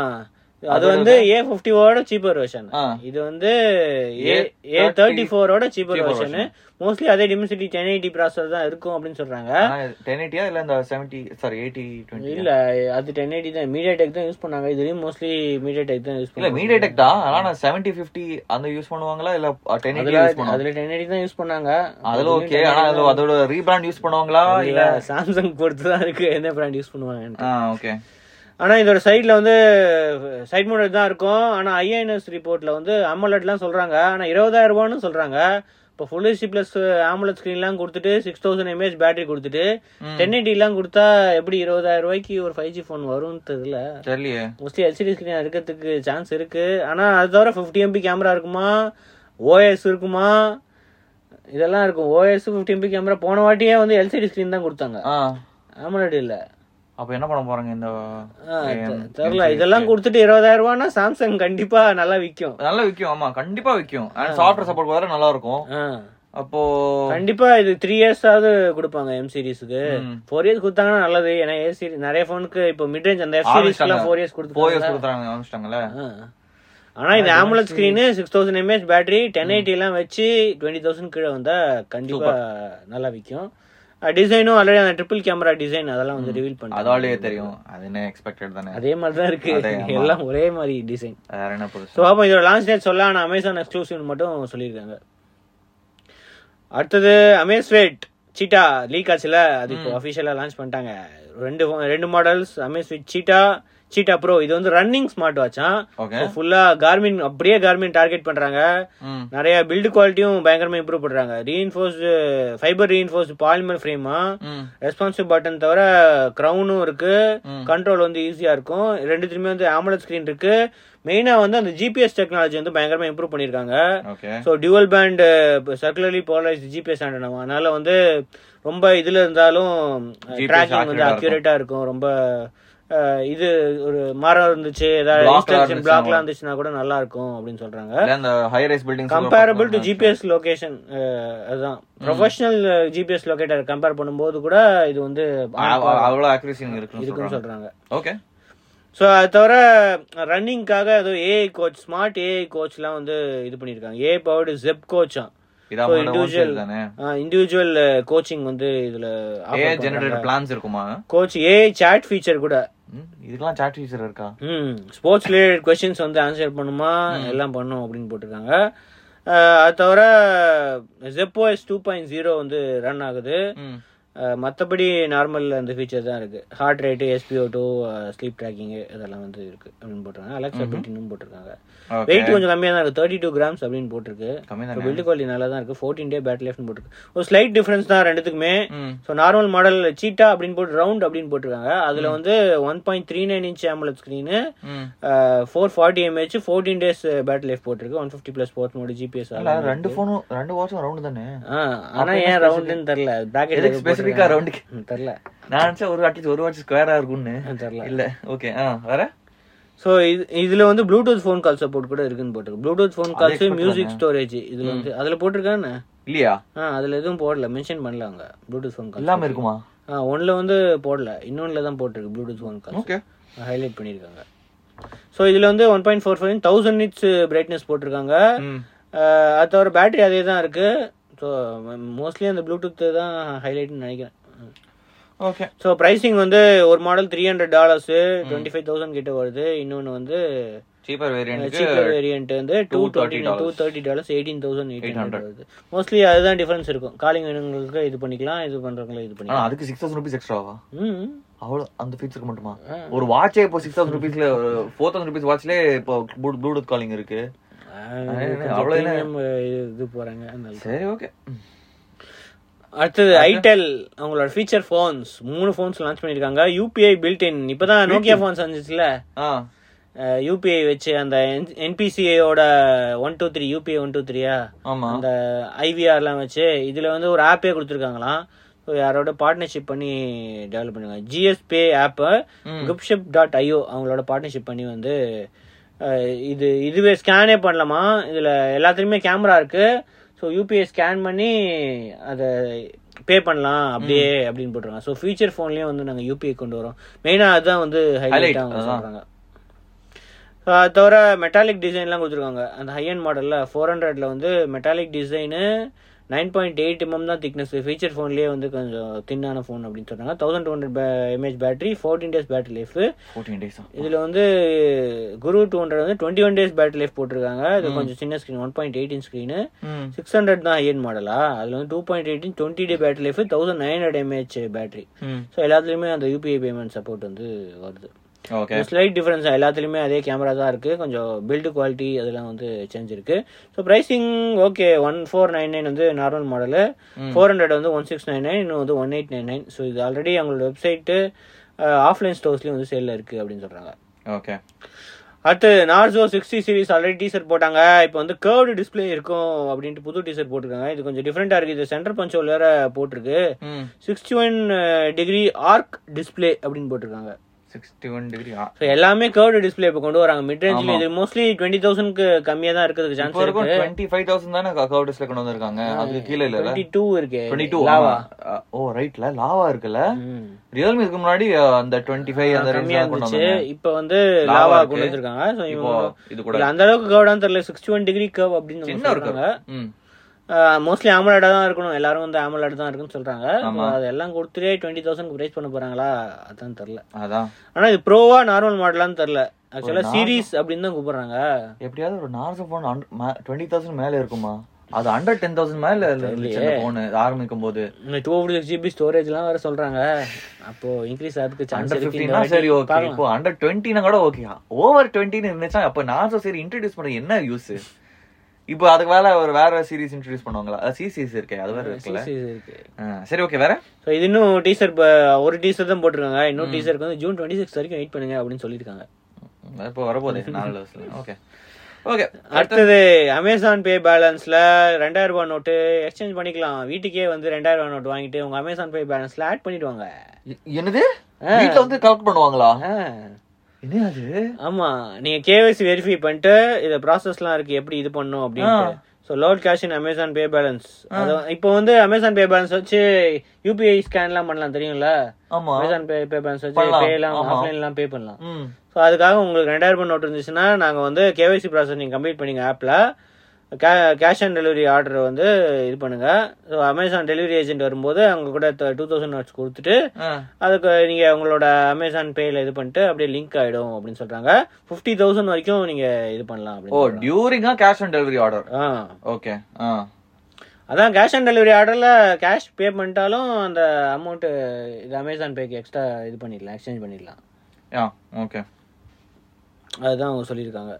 [SPEAKER 1] அது வந்து ஏ ஃபிஃப்டிவோட சீப்பர் வெர்ஷன்
[SPEAKER 2] ஆ.
[SPEAKER 1] இது வந்து ஏ ஏ
[SPEAKER 2] A-
[SPEAKER 1] தேர்ட்டி ஃபோரோட cheaper
[SPEAKER 2] cheaper
[SPEAKER 1] version
[SPEAKER 2] version.
[SPEAKER 1] Mostly அதே டிமிசிட்டி டென் எயிட்டி ப்ராசர் தான் இருக்கும் அப்படின்னு சொல்றாங்க
[SPEAKER 2] டென் எயிட்டியா இல்ல இந்த செவன்டி சாரி எயிட்டி டுவெண்ட்டி
[SPEAKER 1] இல்ல அது டென் எயிட்டி தான் மீடியா டெக் தான் யூஸ் பண்ணாங்க இதுலயும் மோஸ்ட்லி மீடியா டெக் தான் யூஸ்
[SPEAKER 2] இல்ல
[SPEAKER 1] பண்ணாங்க
[SPEAKER 2] மீடியா டெக் தான் ஆனா நான் செவன்டி பிப்டி அந்த யூஸ் பண்ணுவாங்களா இல்ல uh, டென் எயிட்டி யூஸ்
[SPEAKER 1] அதுல
[SPEAKER 2] பண்ணுவாங்க
[SPEAKER 1] அதுல டென் எயிட்டி தான் யூஸ் பண்ணாங்க
[SPEAKER 2] அதுல ஓகே ஆனா அதுல அதோட ரீபிராண்ட் யூஸ் பண்ணுவாங்களா
[SPEAKER 1] இல்ல
[SPEAKER 2] இல்ல
[SPEAKER 1] சாம்சங் பொறுத்து தான் இருக்கு எந்த பிராண்ட் யூஸ் பண்ணுவாங்க
[SPEAKER 2] ஆ ஓகே
[SPEAKER 1] ஆனா இதோட சைடுல வந்து சைட் மோடல் தான் இருக்கும் ஆனா ஐஎன்எஸ் ரிப்போர்ட்ல வந்து அமலட்லாம் சொல்றாங்க ஆனா இருபதாயிரம் ரூபான்னு சொல்றாங்க இப்போ ஃபுல் ஹெச்டி பிளஸ் ஆம்புலன்ஸ் ஸ்க்ரீன்லாம் கொடுத்துட்டு சிக்ஸ் தௌசண்ட் எம்ஏஹெச் பேட்டரி கொடுத்துட்டு டென் எயிட்டிலாம் கொடுத்தா எப்படி இருபதாயிரம் ரூபாய்க்கு ஒரு ஃபைவ் ஜி ஃபோன் வரும்னு தெரியல
[SPEAKER 2] தெரியலையே
[SPEAKER 1] மோஸ்ட்லி எல்சிடி ஸ்க்ரீன் இருக்கிறதுக்கு சான்ஸ் இருக்கு ஆனா அது தவிர ஃபிஃப்டி எம்பி கேமரா இருக்குமா ஓஎஸ் இருக்குமா இதெல்லாம் இருக்கும் ஓஎஸ் ஃபிஃப்டி எம்பி கேமரா போன வாட்டியே வந்து எல்சிடி ஸ்க்ரீன் தான் கொடுத்தாங்க
[SPEAKER 2] ஆ
[SPEAKER 1] ஆமலட் இல்ல
[SPEAKER 2] அப்ப என்ன பண்ண போறாங்க இந்த
[SPEAKER 1] ஆ, தெ-
[SPEAKER 2] ஏன்,
[SPEAKER 1] தெரியல இதெல்லாம் கொடுத்துட்டு இருபதாயிரம் ரூபான்னா சாம்சங் கண்டிப்பா நல்லா விற்கும்
[SPEAKER 2] நல்லா விக்கும் ஆமா கண்டிப்பா விக்கும் அண்ட் சாஃப்ட்வேர் சப்போர்ட் வேற நல்லா இருக்கும் அப்போ
[SPEAKER 1] கண்டிப்பா இது த்ரீ இயர்ஸாவது கொடுப்பாங்க எம் சீரிஸ்க்கு
[SPEAKER 2] ம்.
[SPEAKER 1] ஃபோர் இயர்ஸ் கொடுத்தாங்கன்னா நல்லது ஏன்னா ஏ சீரிஸ் நிறைய ஃபோனுக்கு இப்போ மிட் ரேஞ்ச் அந்த எஃப்
[SPEAKER 2] ஆரம்பிச்சிட்டாங்க.
[SPEAKER 1] சீரிஸ்க்குலாம் ஃபோர் இயர்ஸ்
[SPEAKER 2] ஃபோர் இயர்ஸ்
[SPEAKER 1] கொடுத்து
[SPEAKER 2] கொடுத்துறாங்க ஆரம்பிச்சிட்டாங்கல்ல
[SPEAKER 1] ஆனா இந்த ஆம்புலன்ஸ் screen six thousand mAh battery ten எல்லாம் வச்சு டுவெண்ட்டி தௌசண்ட் கீழே வந்தா கண்டிப்பா நல்லா விற்கும் டிசைனும் ஆல்ரெடி அந்த ட்ரிபிள் கேமரா டிசைன் அதெல்லாம் வந்து ரிவீல் பண்ணுறாங்க
[SPEAKER 2] அதாலேயே தெரியும் அது என்ன எக்ஸ்பெக்டட் தானே
[SPEAKER 1] அதே மாதிரி தான்
[SPEAKER 2] அதே, ஆமா.
[SPEAKER 1] இருக்கு எல்லாம் ஒரே மாதிரி டிசைன்
[SPEAKER 2] வேற என்ன
[SPEAKER 1] ஸோ
[SPEAKER 2] புதுசு
[SPEAKER 1] அப்போ இதோட லான்ச் டேட் சொல்ல ஆனால் அமேசான் எக்ஸ்க்ளூசிவ் மட்டும் சொல்லியிருக்காங்க அடுத்தது அமேஸ்வேட் சீட்டா லீக் ஆச்சுல அது இப்போ அஃபிஷியலாக லான்ச் பண்ணிட்டாங்க ரெண்டு phone- ரெண்டு மாடல்ஸ் அமேஸ்வேட் சீட்டா சீட்டா ப்ரோ இது வந்து ரன்னிங் ஸ்மார்ட் வாட்சான்
[SPEAKER 2] ஓகே
[SPEAKER 1] ஃபுல்லாக கார்மின் அப்படியே கார்மின் டார்கெட் பண்ணுறாங்க
[SPEAKER 2] ம்
[SPEAKER 1] நிறைய பில்டு குவாலிட்டியும் பயங்கரமாக இம்ப்ரூவ் பண்ணுறாங்க ரீஇன்ஃபோர்ஸ்டு ஃபைபர் ரீஇன்ஃபோர்ஸ்டு பாலிமர் ஃப்ரேமா
[SPEAKER 2] ம்
[SPEAKER 1] ரெஸ்பான்சிவ் பட்டன் தவிர க்ரௌனும் இருக்கு
[SPEAKER 2] ம்.
[SPEAKER 1] கண்ட்ரோல் வந்து ஈஸியா இருக்கும் ரெண்டுத்துலயுமே வந்து AMOLED ஸ்கிரீன் இருக்கு மெயினா வந்து அந்த ஜிபிஎஸ் டெக்னாலஜி வந்து பயங்கரமா இம்ப்ரூவ் பண்ணிருக்காங்க
[SPEAKER 2] okay
[SPEAKER 1] so dual band circularly polarised GPS ஆண்டனமா அதனால வந்து ரொம்ப இதுல இருந்தாலும்
[SPEAKER 2] GPS
[SPEAKER 1] ட்ராக்கிங் வந்து
[SPEAKER 2] accurate-ஆ
[SPEAKER 1] அக்யூரேட்டா இருக்கும் ரொம்ப அஹ், இது ஒரு மரம் இருந்துச்சு ஏதாவது
[SPEAKER 2] Block-ஆ
[SPEAKER 1] இன்ஸ்ட்ரக்ஷன்
[SPEAKER 2] இருந்துச்சுன்னா
[SPEAKER 1] பிளாக்லாம் இருந்துச்சுன்னா கூட நல்லா இருக்கும் அப்படின்னு சொல்றாங்க
[SPEAKER 2] இல்ல அந்த high rise building
[SPEAKER 1] comparable to GPS location uh, அதுதான் uh, professional GPS locator compare பண்ணும்போது கூட இது வந்து
[SPEAKER 2] அவ்வளவு accuracy இங்க இருக்குன்னு
[SPEAKER 1] இருக்குன்னு
[SPEAKER 2] சொல்றாங்க
[SPEAKER 1] சொல்றாங்க
[SPEAKER 2] ஓகே
[SPEAKER 1] ஸோ அது தவிர ரன்னிங்காக ஏதோ ஏஐ கோச் ஸ்மார்ட் ஏஐ கோச்லாம் வந்து இது பண்ணியிருக்காங்க ஏஐ பவர்டு ஜெப் கோச்சா
[SPEAKER 2] இது அவங்களோட own
[SPEAKER 1] individual.
[SPEAKER 2] field தானே
[SPEAKER 1] இண்டிவிஜுவல் கோச்சிங் வந்து இதுல
[SPEAKER 2] ஏ ஜெனரேட்டட் பிளான்ஸ் இருக்குமா
[SPEAKER 1] கோச் ஏஐ சாட் ஃபீச்சர் கூட
[SPEAKER 2] ம், இதுக்கெல்லாம் சாட் ஃபீச்சர் இருக்கா
[SPEAKER 1] ம் ஸ்போர்ட்ஸ் ரிலேட்டட் கொஸ்டின்ஸ் வந்து ஆன்சர் பண்ணுமா எல்லாம் பண்ணும் அப்படின்னு போட்டிருக்காங்க அஹ் அது தவிர ஜெப்போஎஸ் டூ பாயிண்ட் ஜீரோ வந்து ரன் ஆகுது
[SPEAKER 2] ம்
[SPEAKER 1] மற்றபடி நார்மல் அந்த ஃபீச்சர் தான் இருக்கு heart rate SPO two sleep tracking இதெல்லாம் வந்து இருக்கு அப்படின்னு போட்டிருக்காங்க அலெக்ஸா பில்டின்னு போட்டிருக்காங்க
[SPEAKER 2] ஓகே
[SPEAKER 1] வெயிட் கொஞ்சம் கம்மியாக தான் இருக்கு தேர்ட்டி டூ கிராம்ஸ் அப்படின்னு போட்டிருக்கு
[SPEAKER 2] கம்மி
[SPEAKER 1] இப்போ
[SPEAKER 2] தானே
[SPEAKER 1] பில்டு குவாலிட்டி நல்லா தான் இருக்கு ஃபோர்டீன் டே பேட்டரி லைஃப்னு போட்டிருக்கு ஒரு ஸ்லைட் டிஃபரன்ஸ் தான் ரெண்டுத்துக்குமே
[SPEAKER 2] ம்
[SPEAKER 1] ஸோ நார்மல் மாடல் சீட்டா அப்படின்னு போட்டு ரவுண்ட் அப்படின்னு போட்டிருக்காங்க அதில் வந்து one point three nine inch ஆம்புலன்ஸ் ஸ்க்ரீனு
[SPEAKER 2] ம்
[SPEAKER 1] four forty mAh fourteen days battery life போட்டிருக்கு one fifty plus sports mode GPS
[SPEAKER 2] இல்ல ரெண்டு ஃபோனும் ரெண்டு வாட்சும் ரவுண்ட் தானே
[SPEAKER 1] ஆனா ஏன் ரவுண்டுன்னு தெரில
[SPEAKER 2] எதுக்கு ஸ்பெசிஃபிக்கா
[SPEAKER 1] பேக்கெட்
[SPEAKER 2] ரவுண்டுக்கு
[SPEAKER 1] தெரில
[SPEAKER 2] நான் நினைச்சேன் ஒரு அட்லீஸ்ட் ஒரு வாட்ச் ஸ்கொயரா இருக்கும்னு
[SPEAKER 1] தெரில
[SPEAKER 2] இல்ல ஓகே ஆ வேற
[SPEAKER 1] ஸோ இது இதில் வந்து ப்ளூடூத் ஃபோன் கால் சப்போர்ட் கூட இருக்குன்னு போட்டிருக்கு Bluetooth phone calls music storage இதில் வந்து அதில் போட்டிருக்கானே
[SPEAKER 2] இல்லையா
[SPEAKER 1] ஆ அதில் எதுவும் போடல மென்ஷன் பண்ணல அவங்க ப்ளூடூத் ஃபோன் கால்
[SPEAKER 2] இல்லாம இருக்குமா
[SPEAKER 1] ஆ ஒன்றில் வந்து போடல இன்னொன்றில் தான் போட்டிருக்கு Bluetooth phone call
[SPEAKER 2] okay
[SPEAKER 1] highlight பண்ணியிருக்காங்க ஸோ இதில் வந்து one point four five thousand nits brightness போட்டிருக்காங்க
[SPEAKER 2] ம்
[SPEAKER 1] அஹ், அது தவிர பேட்டரி அதே தான் இருக்குது ஸோ மோஸ்ட்லி அந்த ப்ளூடூத் தான் ஹைலைட்னு நினைக்கிறேன்
[SPEAKER 2] ஓகே
[SPEAKER 1] ஸோ ப்ரைஸிங் வந்து ஒரு model three hundred dollars twenty five thousand கிட்ட வருது இன்னொன்று வந்து
[SPEAKER 2] சீப்பர் வேரியன்ட்க்கு
[SPEAKER 1] சீப்பர் வேரியன்ட் வந்து two twenty
[SPEAKER 2] $230.
[SPEAKER 1] Two thirty dollars eighteen thousand eight hundred வருது மோஸ்ட்லி அதுதான் டிஃபரன்ஸ் இருக்கும் காலிங் வேணுங்களுக்கு இது பண்ணிக்கலாம் இது பண்றவங்களுக்கு இது
[SPEAKER 2] ஆனா
[SPEAKER 1] பண்ணிக்கலாம்
[SPEAKER 2] அதுக்கு சிக்ஸ் தௌசண்ட் ருபீஸ் எக்ஸ்ட்ராவா
[SPEAKER 1] ம்
[SPEAKER 2] அவ்வளவு அந்த ஃபீச்சருக்கு மட்டுமா
[SPEAKER 1] ஆ.
[SPEAKER 2] ஒரு வாட்சே இப்போ சிக்ஸ் தௌசண்ட் ருபீஸ்ல ஃபோர் தௌசண்ட் ருபீஸ் வாட்ச்லயே இப்போ ப்ளூ- ப்ளூடூத் காலிங் இருக்கு அவ்வளவு என்ன?
[SPEAKER 1] அவ்வளவு இது போறாங்க அதனால.
[SPEAKER 2] சரி ஓகே
[SPEAKER 1] அடுத்தது ஐடெல் அவங்களோட ஃபீச்சர் ஃபோன்ஸ் மூணு ஃபோன்ஸ் லான்ச் பண்ணிருக்காங்க யூபிஐ பில்ட் இன் இப்பதான் நோக்கியா ஃபோன்ஸ் வந்துச்சுல
[SPEAKER 2] ஆ
[SPEAKER 1] யூபிஐ வச்சு அந்த என்பிசிஐயோட one two three UPI one two த்ரீயா
[SPEAKER 2] ஆமா
[SPEAKER 1] அந்த ஐவிஆர்லாம் வச்சு இதில் வந்து ஒரு ஆப்பே கொடுத்துருக்காங்களாம் ஸோ யாரோட பார்ட்னர்ஷிப் பண்ணி டெவலப் பண்ணுவாங்க ஜிஎஸ்பே ஆப்பை
[SPEAKER 2] ம்.
[SPEAKER 1] குப்ஷிப் டாட் ஐஓ அவங்களோட பார்ட்னர்ஷிப் பண்ணி வந்து அஹ், இது இதுவே ஸ்கேனே பண்ணலாமா இதில் எல்லாத்துலேயுமே கேமரா இருக்குது ஸோ யூபிஐ ஸ்கேன் பண்ணி அதை பே பண்ணலாம் அப்படியே அப்படின்னு போட்டுருக்காங்க ஸோ ஃபியூச்சர் ஃபோன்லேயும் வந்து நாங்கள் யூபிஐ கொண்டு வரோம் மெயினாக அதுதான் வந்து ஹைலைட்டாக அவங்க
[SPEAKER 2] அதான்.
[SPEAKER 1] சொல்கிறாங்க அது தவிர மெட்டாலிக் டிசைன்லாம் கொடுத்துருக்காங்க அந்த ஹை அண்ட் மாடலில் ஃபோர் ஹண்ட்ரட்ல வந்து metallic design nine point eight MM mm தான் திக்னஸ் ஃபீச்சர் ஃபோன்லேயே வந்து கொஞ்சம் தின்னான ஃபோன் அப்படின்னு சொன்னாங்க thousand two hundred mAh battery fourteen days battery life
[SPEAKER 2] fourteen days
[SPEAKER 1] இதில் வந்து குரு டூ ஹண்ட்ரட் வந்து twenty one days battery life போட்டிருக்காங்க இது கொஞ்சம் சின்ன screen one point eighteen screen six hundred தான் ஹையன் மாடலா அதில் வந்து டூ பாயிண்ட் எயிட்டின் டுவெண்ட்டி டே battery life thousand nine hundred mAh battery so எல்லாத்துலேயுமே அந்த யூபிஐ பேமெண்ட் சப்போர்ட் வந்து வருது
[SPEAKER 2] ஓகே
[SPEAKER 1] ஸ்லைட் டிஃபரன்ஸ் எல்லாத்துலேயுமே அதே கேமரா தான் இருக்குது கொஞ்சம் பில்டு குவாலிட்டி அதெல்லாம் வந்து சேஞ்ச் இருக்குது so pricing okay one four nine nine வந்து நார்மல் மாடலு ஃபோர் ஹண்ட்ரட் வந்து ஒன் சிக்ஸ் நைன் நைன் இன்னும் வந்து one eight nine nine so இது ஆல்ரெடி அவங்களோட வெப்சைட்டு ஆஃப்லைன் ஸ்டோர்ஸ்லேயும் வந்து சேலில் இருக்குது அப்படின்னு சொல்கிறாங்க
[SPEAKER 2] ஓகே
[SPEAKER 1] அடுத்து Narzo sixty series already teaser போட்டாங்க இப்போ வந்து கேர்வ்டு டிஸ்ப்ளே இருக்கும் அப்படின்ட்டு புது டீசர் போட்டிருக்காங்க இது கொஞ்சம் டிஃப்ரெண்ட்டாக இருக்குது இது சென்டர் பஞ்சோல் வேற போட்டிருக்கு sixty one degree arc display அப்படின்னு போட்டிருக்காங்க
[SPEAKER 2] சிக்ஸ்டி ஒன் டிகிரி
[SPEAKER 1] ஸோ எல்லாமே கேர்வ்டு டிஸ்ப்ளே இப்போ கொண்டு வராங்க மிட் ரேஞ்சில் இது மோஸ்ட்லி டுவெண்ட்டி தௌசண்ட்க்கு கம்மியாக தான் இருக்கிறதுக்கு
[SPEAKER 2] இப்போ
[SPEAKER 1] சான்ஸ்
[SPEAKER 2] இருக்கும் டுவெண்ட்டி ஃபைவ் தௌசண்ட் தானே கவர் டிஸ்பிளே கொண்டு வந்திருக்காங்க அதுக்கு கீழே இல்ல
[SPEAKER 1] டுவெண்ட்டி டூ இருக்கு
[SPEAKER 2] டுவெண்ட்டி டூ
[SPEAKER 1] லாவா
[SPEAKER 2] ஓ ரைட்ல லாவா இருக்குல்ல
[SPEAKER 1] ம்.
[SPEAKER 2] ரியல்மி இதுக்கு முன்னாடி அ, அந்த டுவெண்ட்டி ஃபைவ் அந்த
[SPEAKER 1] கம்மியா
[SPEAKER 2] ரேஞ்ச் கொண்டு
[SPEAKER 1] இருந்துச்சு
[SPEAKER 2] வந்தாங்க
[SPEAKER 1] இப்போ வந்து
[SPEAKER 2] லாவா
[SPEAKER 1] லாவா
[SPEAKER 2] இருக்கு.
[SPEAKER 1] கொண்டு வந்திருக்காங்க ஸோ
[SPEAKER 2] இப்போ
[SPEAKER 1] இவங்க
[SPEAKER 2] இது கூட
[SPEAKER 1] இல்ல, அந்த அளவுக்கு கேர்வ்டான்னு தெரியல சிக்ஸ்டி ஒன் டிகிரி கேர்வ் அப்படின்னு
[SPEAKER 2] சின்ன
[SPEAKER 1] நம்ம
[SPEAKER 2] ஒரு
[SPEAKER 1] சொல்றாங்க
[SPEAKER 2] ம்
[SPEAKER 1] மோஸ்ட்லி ஆமலாடா தான் இருக்கணும் எல்லாரும் வந்து ஆமலாடு தான் இருக்குன்னு சொல்றாங்க
[SPEAKER 2] ஆமா.
[SPEAKER 1] So, அதெல்லாம் கொடுத்துட்டே டுவெண்ட்டி தௌசண்ட்க்கு பிரைஸ் பண்ண போறாங்களா அதான் தெரியல
[SPEAKER 2] அதான்
[SPEAKER 1] ஆனா இது ப்ரோவா நார்மல் மாடலான்னு தெரியல ஆக்சுவலா
[SPEAKER 2] normal-
[SPEAKER 1] சீரிஸ் அப்படின்னு தான் கூப்பிடுறாங்க
[SPEAKER 2] எப்படியாவது ஒரு நார்சோ ஃபோன் டுவெண்ட்டி தௌசண்ட் மேல இருக்குமா அது அண்டர் டென் தௌசண்ட் மேல இருந்துச்சு அந்த ஃபோன் ஆரம்பிக்கும் போது
[SPEAKER 1] டூ ஹண்ட்ரட் ஜிபி ஸ்டோரேஜ்லாம் வேற சொல்றாங்க அப்போ இன்க்ரீஸ் ஆகிறதுக்கு சான்ஸ்
[SPEAKER 2] அண்டர்
[SPEAKER 1] இருக்கு இந்த
[SPEAKER 2] ஃபிஃப்டினா சரி
[SPEAKER 1] வாட்டி
[SPEAKER 2] ஓகே
[SPEAKER 1] பார்க்கலாம்.
[SPEAKER 2] இப்போ அண்டர் டுவெண்ட்டினா கூட ஓகே ஓவர் டுவெண்ட்டின்னு இருந்துச்சா அப்போ நார்சோ சரி இன்ட்ரடியூஸ் பண்ண என்ன யூஸ் இப்போ அதுக்கு வேலை ஒரு வேற சீரிஸ் இன்ட்ரடியூஸ் பண்ணுவாங்களா சி சீரிஸ் இருக்கே அது வேற இருக்குல்ல
[SPEAKER 1] சீரிஸ் இருக்கு
[SPEAKER 2] ஆ, சரி ஓகே வேற
[SPEAKER 1] ஸோ இது இன்னும் டீசர் ஒரு டீசர் தான் போட்டிருக்காங்க இன்னும் டீசருக்கு வந்து ஜூன் டுவெண்ட்டி சிக்ஸ் வரைக்கும் வெயிட் பண்ணுங்க அப்படின்னு சொல்லியிருக்காங்க
[SPEAKER 2] இப்போ வரப்போகுது
[SPEAKER 1] (laughs)
[SPEAKER 2] நாலு வருஷத்துல ஓகே ஓகே
[SPEAKER 1] அடுத்தது அமேசான் பே பேலன்ஸ்ல ரெண்டாயிரம் ரூபாய் நோட்டு எக்ஸ்சேஞ்ச் பண்ணிக்கலாம் வீட்டுக்கே வந்து ரெண்டாயிரம் ரூபாய் நோட் வாங்கிட்டு உங்க அமேசான் பே பேலன்ஸ்ல ஆட் பண்ணிடுவாங்க
[SPEAKER 2] என்னது வீட்ல வந்து கலெக்ட் பண்ணுவாங்களா
[SPEAKER 1] ஆ,
[SPEAKER 2] என்ன அது
[SPEAKER 1] ஆமா நீங்க கேவைசி வெரிஃபை பண்ணிட்டு இத ப்ராசஸ்லாம் இருக்கு எப்படி இது பண்ணும் அப்படின்னு so load cash in Amazon pay balance அது இப்போ வந்து அமேசான் பே பேலன்ஸ் வச்சு யூபிஐ ஸ்கேன்லாம் பண்ணலாம் தெரியும்ல
[SPEAKER 2] ஆமா
[SPEAKER 1] அமேசான் பே பே பேலன்ஸ் வச்சு
[SPEAKER 2] பண்ணலாம்.
[SPEAKER 1] பேலாம்
[SPEAKER 2] ஆமா.
[SPEAKER 1] ஆஃப்லைன்லாம் பே பண்ணலாம்
[SPEAKER 2] ம்
[SPEAKER 1] ஸோ அதுக்காக உங்களுக்கு ரெண்டாயிரம் ரூபாய் நோட் இருந்துச்சுன்னா நாங்கள் வந்து கேவைசி ப்ராசஸ் நீங்கள் கம்ப்ளீட் பண்ணிங்க ஆப்பில் கே கேஷ் ஆன் டெலிவரி ஆர்டர் வந்து இது பண்ணுங்கள் ஸோ அமேசான் டெலிவரி ஏஜென்ட் வரும்போது அவங்க கூட டூ தௌசண்ட் நோட்ஸ் கொடுத்துட்டு
[SPEAKER 2] ஆ,
[SPEAKER 1] அதுக்கு நீங்கள் உங்களோட அமேசான் பேயில் இது பண்ணிட்டு அப்படியே லிங்க் ஆகிடும் அப்படின்னு சொல்கிறாங்க ஃபிஃப்டி தௌசண்ட் வரைக்கும் நீங்கள் இது பண்ணலாம்
[SPEAKER 2] ஓ
[SPEAKER 1] அப்படின்னு சொல்றாங்க.
[SPEAKER 2] டியூரிங்கா கேஷ் ஆன் டெலிவரி ஆர்டர்
[SPEAKER 1] ஆ
[SPEAKER 2] ஓகே ஆ
[SPEAKER 1] அதான் கேஷ் ஆன் டெலிவரி ஆர்டரில் கேஷ் பே பண்ணிட்டாலும் அந்த அமௌண்ட்டு இது அமேசான் பேக்கு எக்ஸ்ட்ரா இது பண்ணிடலாம் எக்ஸ்சேஞ்ச் பண்ணிடலாம்
[SPEAKER 2] யா ஓகே
[SPEAKER 1] அதுதான் அவங்க சொல்லியிருக்காங்க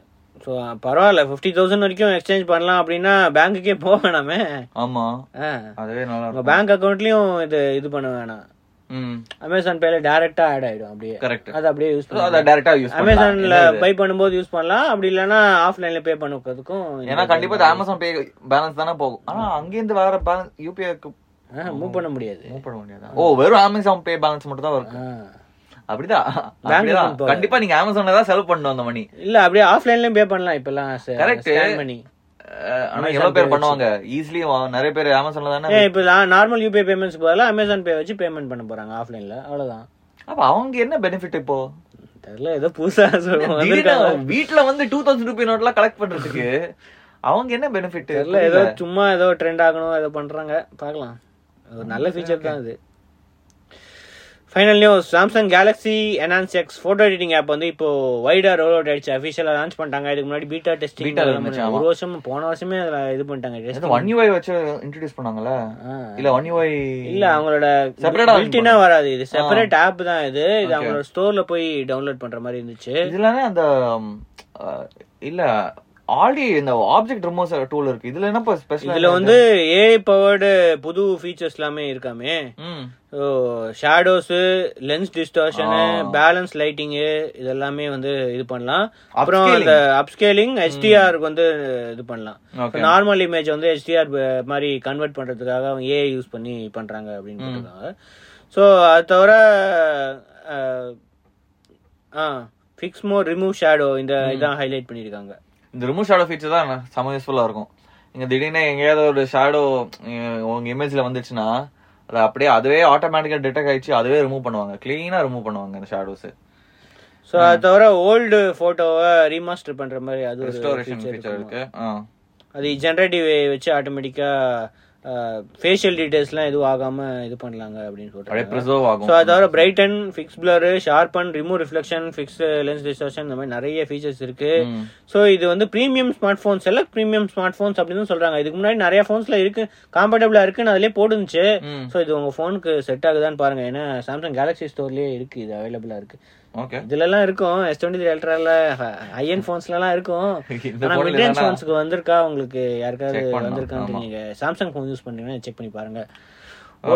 [SPEAKER 1] ஸோ பரவாயில்ல ஃபிஃப்டி தௌசண்ட் வரைக்கும் எக்ஸ்சேஞ்ச் பண்ணலாம் அப்படின்னா பேங்க்குக்கே போக வேணாமே
[SPEAKER 2] ஆமா
[SPEAKER 1] ஆ.
[SPEAKER 2] அதுவே நல்லா
[SPEAKER 1] உங்க
[SPEAKER 2] இருக்கும்
[SPEAKER 1] பேங்க் அக்கௌண்ட்லயும் இது இது பண்ண வேணாம்
[SPEAKER 2] ம்
[SPEAKER 1] அமேசான் பேல டைரக்டா ஆட் ஆயிடும் அப்படியே
[SPEAKER 2] கரெக்ட்
[SPEAKER 1] அது அப்படியே யூஸ்
[SPEAKER 2] அதை
[SPEAKER 1] பண்ணலாம்
[SPEAKER 2] டைரக்டா யூஸ் பண்ணலாம்
[SPEAKER 1] அமேசான்ல பை பண்ணும்போது யூஸ் பண்ணலாம் அப்படி இல்லைன்னா ஆஃப்லைன்ல பே பண்ணுறதுக்கும்
[SPEAKER 2] ஏன்னா கண்டிப்பா இது அமேசான் பே பேலன்ஸ் தானே போகும் ஆனா அங்கேருந்து வேற பேலன்ஸ் யூபிஐக்கு
[SPEAKER 1] மூவ் பண்ண முடியாது
[SPEAKER 2] மூவ் பண்ண முடியாது ஓ வெறும் அமேசான் பே பேலன்ஸ் மட்டும் தான்
[SPEAKER 1] ஆ.
[SPEAKER 2] வரும் அப்படிதான் அப்படிதான்
[SPEAKER 1] போகாது.
[SPEAKER 2] கண்டிப்பா நீங்க அமேசான்ல தான் செலவு பண்ணணும் அந்த மணி
[SPEAKER 1] இல்ல அப்படியே ஆஃப்லைன்லயும் பே பண்ணலாம் இப்பெல்லாம்
[SPEAKER 2] Correct.
[SPEAKER 1] ஸ்கேன் பண்ணி
[SPEAKER 2] அஹ், ஆனா எவ்வளவு பேர் பண்ணுவாங்க ஈஸிலி நிறைய பேர் அமேசான்ல தானே
[SPEAKER 1] ஏன் இப்போ நார்மல் யூபிஐ பேமெண்ட்ஸ் பதிலாக அமேசான் பே வச்சு பேமெண்ட் பண்ண போறாங்க ஆஃப்லைன்ல அவ்வளவுதான்
[SPEAKER 2] அப்ப அவங்க என்ன பெனிஃபிட் இப்போ
[SPEAKER 1] தெரியல ஏதோ புதுசா சொல்லுவாங்க
[SPEAKER 2] திடீர்னு வீட்ல வந்து டூ தௌசண்ட் ருபி நோட் எல்லாம் கலெக்ட் பண்றதுக்கு அவங்க என்ன பெனிஃபிட்
[SPEAKER 1] தெரியல ஏதோ சும்மா ஏதோ ட்ரெண்ட் ஆகணும் ஏதோ பண்றாங்க பார்க்கலாம் அது ஒரு நல்ல ஃபீச்சர் தான் இது final news Samsung Galaxy enhance X photo editing app வந்து இப்போ வைடா ரோல் அவுட் ஆயிடுச்சு அஃபிஷியலாக லான்ச் பண்ணிட்டாங்க இதுக்கு முன்னாடி பீட்டா டெஸ்டிங்
[SPEAKER 2] Beta இருந்துச்சு, ஆமா.
[SPEAKER 1] ஒரு வருஷம் போன வருஷமே அதுல இது பண்ணிட்டாங்க testing.
[SPEAKER 2] ஒன் யூஐ வச்சு இன்ட்ரடியூஸ் பண்ணாங்கல்ல
[SPEAKER 1] ஆ.
[SPEAKER 2] இல்ல ஒன் யூஐ
[SPEAKER 1] இல்ல அவங்களோட
[SPEAKER 2] Separate ஆ launch
[SPEAKER 1] பில்டினா வராது இது செப்பரேட் ஆப் தான் இது இது
[SPEAKER 2] Okay.
[SPEAKER 1] அவங்களோட ஸ்டோர்ல போய் டவுன்லோட் பண்ற மாதிரி இருந்துச்சு
[SPEAKER 2] இதுலனே அந்த ம், அஹ், இல்ல ஆல்ரெடி இந்த ஆப்ஜெக்ட் ரிமூவ் டூல் இருக்கு இதுல என்ன ஸ்பெஷல்
[SPEAKER 1] இதுல வந்து ஏஐ பவர்டு புது ஃபீச்சர்ஸ் எல்லாமே இருக்காமே
[SPEAKER 2] ம்
[SPEAKER 1] ஸோ ஷேடோஸு லென்ஸ் டிஸ்டார்ஷனு
[SPEAKER 2] ஆ.
[SPEAKER 1] பேலன்ஸ் லைட்டிங்கு இதெல்லாமே வந்து இது பண்ணலாம் அப்புறம்
[SPEAKER 2] Upscaling.
[SPEAKER 1] அந்த அப்ஸ்கேலிங் ஹெச்டிஆருக்கு வந்து இது பண்ணலாம்
[SPEAKER 2] ஓகே
[SPEAKER 1] நார்மல் இமேஜ் வந்து ஹெச்டிஆர் மாதிரி கன்வெர்ட் பண்ணுறதுக்காக அவங்க ஏஐ யூஸ் பண்ணி பண்ணுறாங்க அப்படின்னு போட்டிருக்காங்க ஸோ அது தவிர அஹ், ஆ ஃபிக்ஸ் மோர் ரிமூவ் ஷேடோ இந்த இதான் ஹைலைட் பண்ணியிருக்காங்க
[SPEAKER 2] இந்த ரிமூவ் ஷேடோ ஃபீச்சர் தான் ந- செம யூஸ்ஃபுல்லா இருக்கும் நீங்க திடீர்னு எங்கேயாவது ஒரு ஷேடோ உங்க இமேஜ்ல வந்துச்சுன்னா அது அப்படியே அதுவே ஆட்டோமேட்டிக்கா டிடெக்ட் ஆயிடுச்சு அதுவே ரிமூவ் பண்ணுவாங்க கிளீனா ரிமூவ் பண்ணுவாங்க அந்த ஷேடோஸ்
[SPEAKER 1] ஸோ அது தவிர ஓல்டு ஃபோட்டோவை ரீமாஸ்டர் பண்ற மாதிரி அது ஒரு
[SPEAKER 2] ரெஸ்டோரேஷன்
[SPEAKER 1] feature
[SPEAKER 2] ஃபீச்சர்
[SPEAKER 1] இருக்குமா.
[SPEAKER 2] இருக்கு ஆ.
[SPEAKER 1] அது ஜென்ரேட்டிவ் வச்சு ஆட்டோமேட்டிக்கா ஃபேஷியல் டீடைல்ஸ்லாம் எதுவும் ஆகாம இது பண்ணலாங்க அப்படின்னு
[SPEAKER 2] அப்படியே
[SPEAKER 1] சொல்றாங்க
[SPEAKER 2] ப்ரிசர்வ்
[SPEAKER 1] ஸோ அது
[SPEAKER 2] ஆகும்
[SPEAKER 1] தவிர brighten fix blur sharpen remove reflection fix lens distortion இந்த மாதிரி நிறைய ஃபீச்சர்ஸ் இருக்கு
[SPEAKER 2] ம்.
[SPEAKER 1] ஸோ இது வந்து premium smart phone select premium smart phones அப்படின்னு சொல்றாங்க இதுக்கு முன்னாடி நிறைய ஃபோன்ஸ்ல இருக்கு காம்பர்டபுளா இருக்குன்னு அதுலயே போட்டுருந்துச்சு
[SPEAKER 2] ம்.
[SPEAKER 1] ஸோ இது உங்க ஃபோனுக்கு செட் ஆகுதான்னு பாருங்க ஏன்னா சாம்சங் கேலக்ஸி ஸ்டோர்லயே இருக்கு இது அவைலபிளா இருக்கு
[SPEAKER 2] ஓகே
[SPEAKER 1] இதுலலாம் இருக்கும் எஸ் டுவெண்ட்டி த்ரீ அல்ட்ரால ஹையன் ஃபோன்ஸ்லலாம் இருக்கும்
[SPEAKER 2] (laughs) இந்த
[SPEAKER 1] ஆனால்
[SPEAKER 2] phone
[SPEAKER 1] மிட் ரேஞ்ச்
[SPEAKER 2] இல்லனா-
[SPEAKER 1] ஃபோன்ஸுக்கு வந்திருக்கா உங்களுக்கு யாருக்காவது
[SPEAKER 2] Check பண்ணலாம்,
[SPEAKER 1] வந்திருக்கான்னு
[SPEAKER 2] ஆமா.
[SPEAKER 1] நீங்க சாம்சங் ஃபோன் யூஸ் பண்ணீங்கன்னா செக் பண்ணி பாருங்க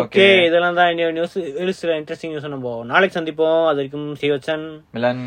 [SPEAKER 2] Okay.
[SPEAKER 1] ஓகே இதெல்லாம் தான் இன்னும் நியூஸ் சில இன்ட்ரெஸ்டிங் நியூஸ் நம்ம நாளைக்கு சந்திப்போம் அது வரைக்கும் சிவச்சன்
[SPEAKER 2] மிலன்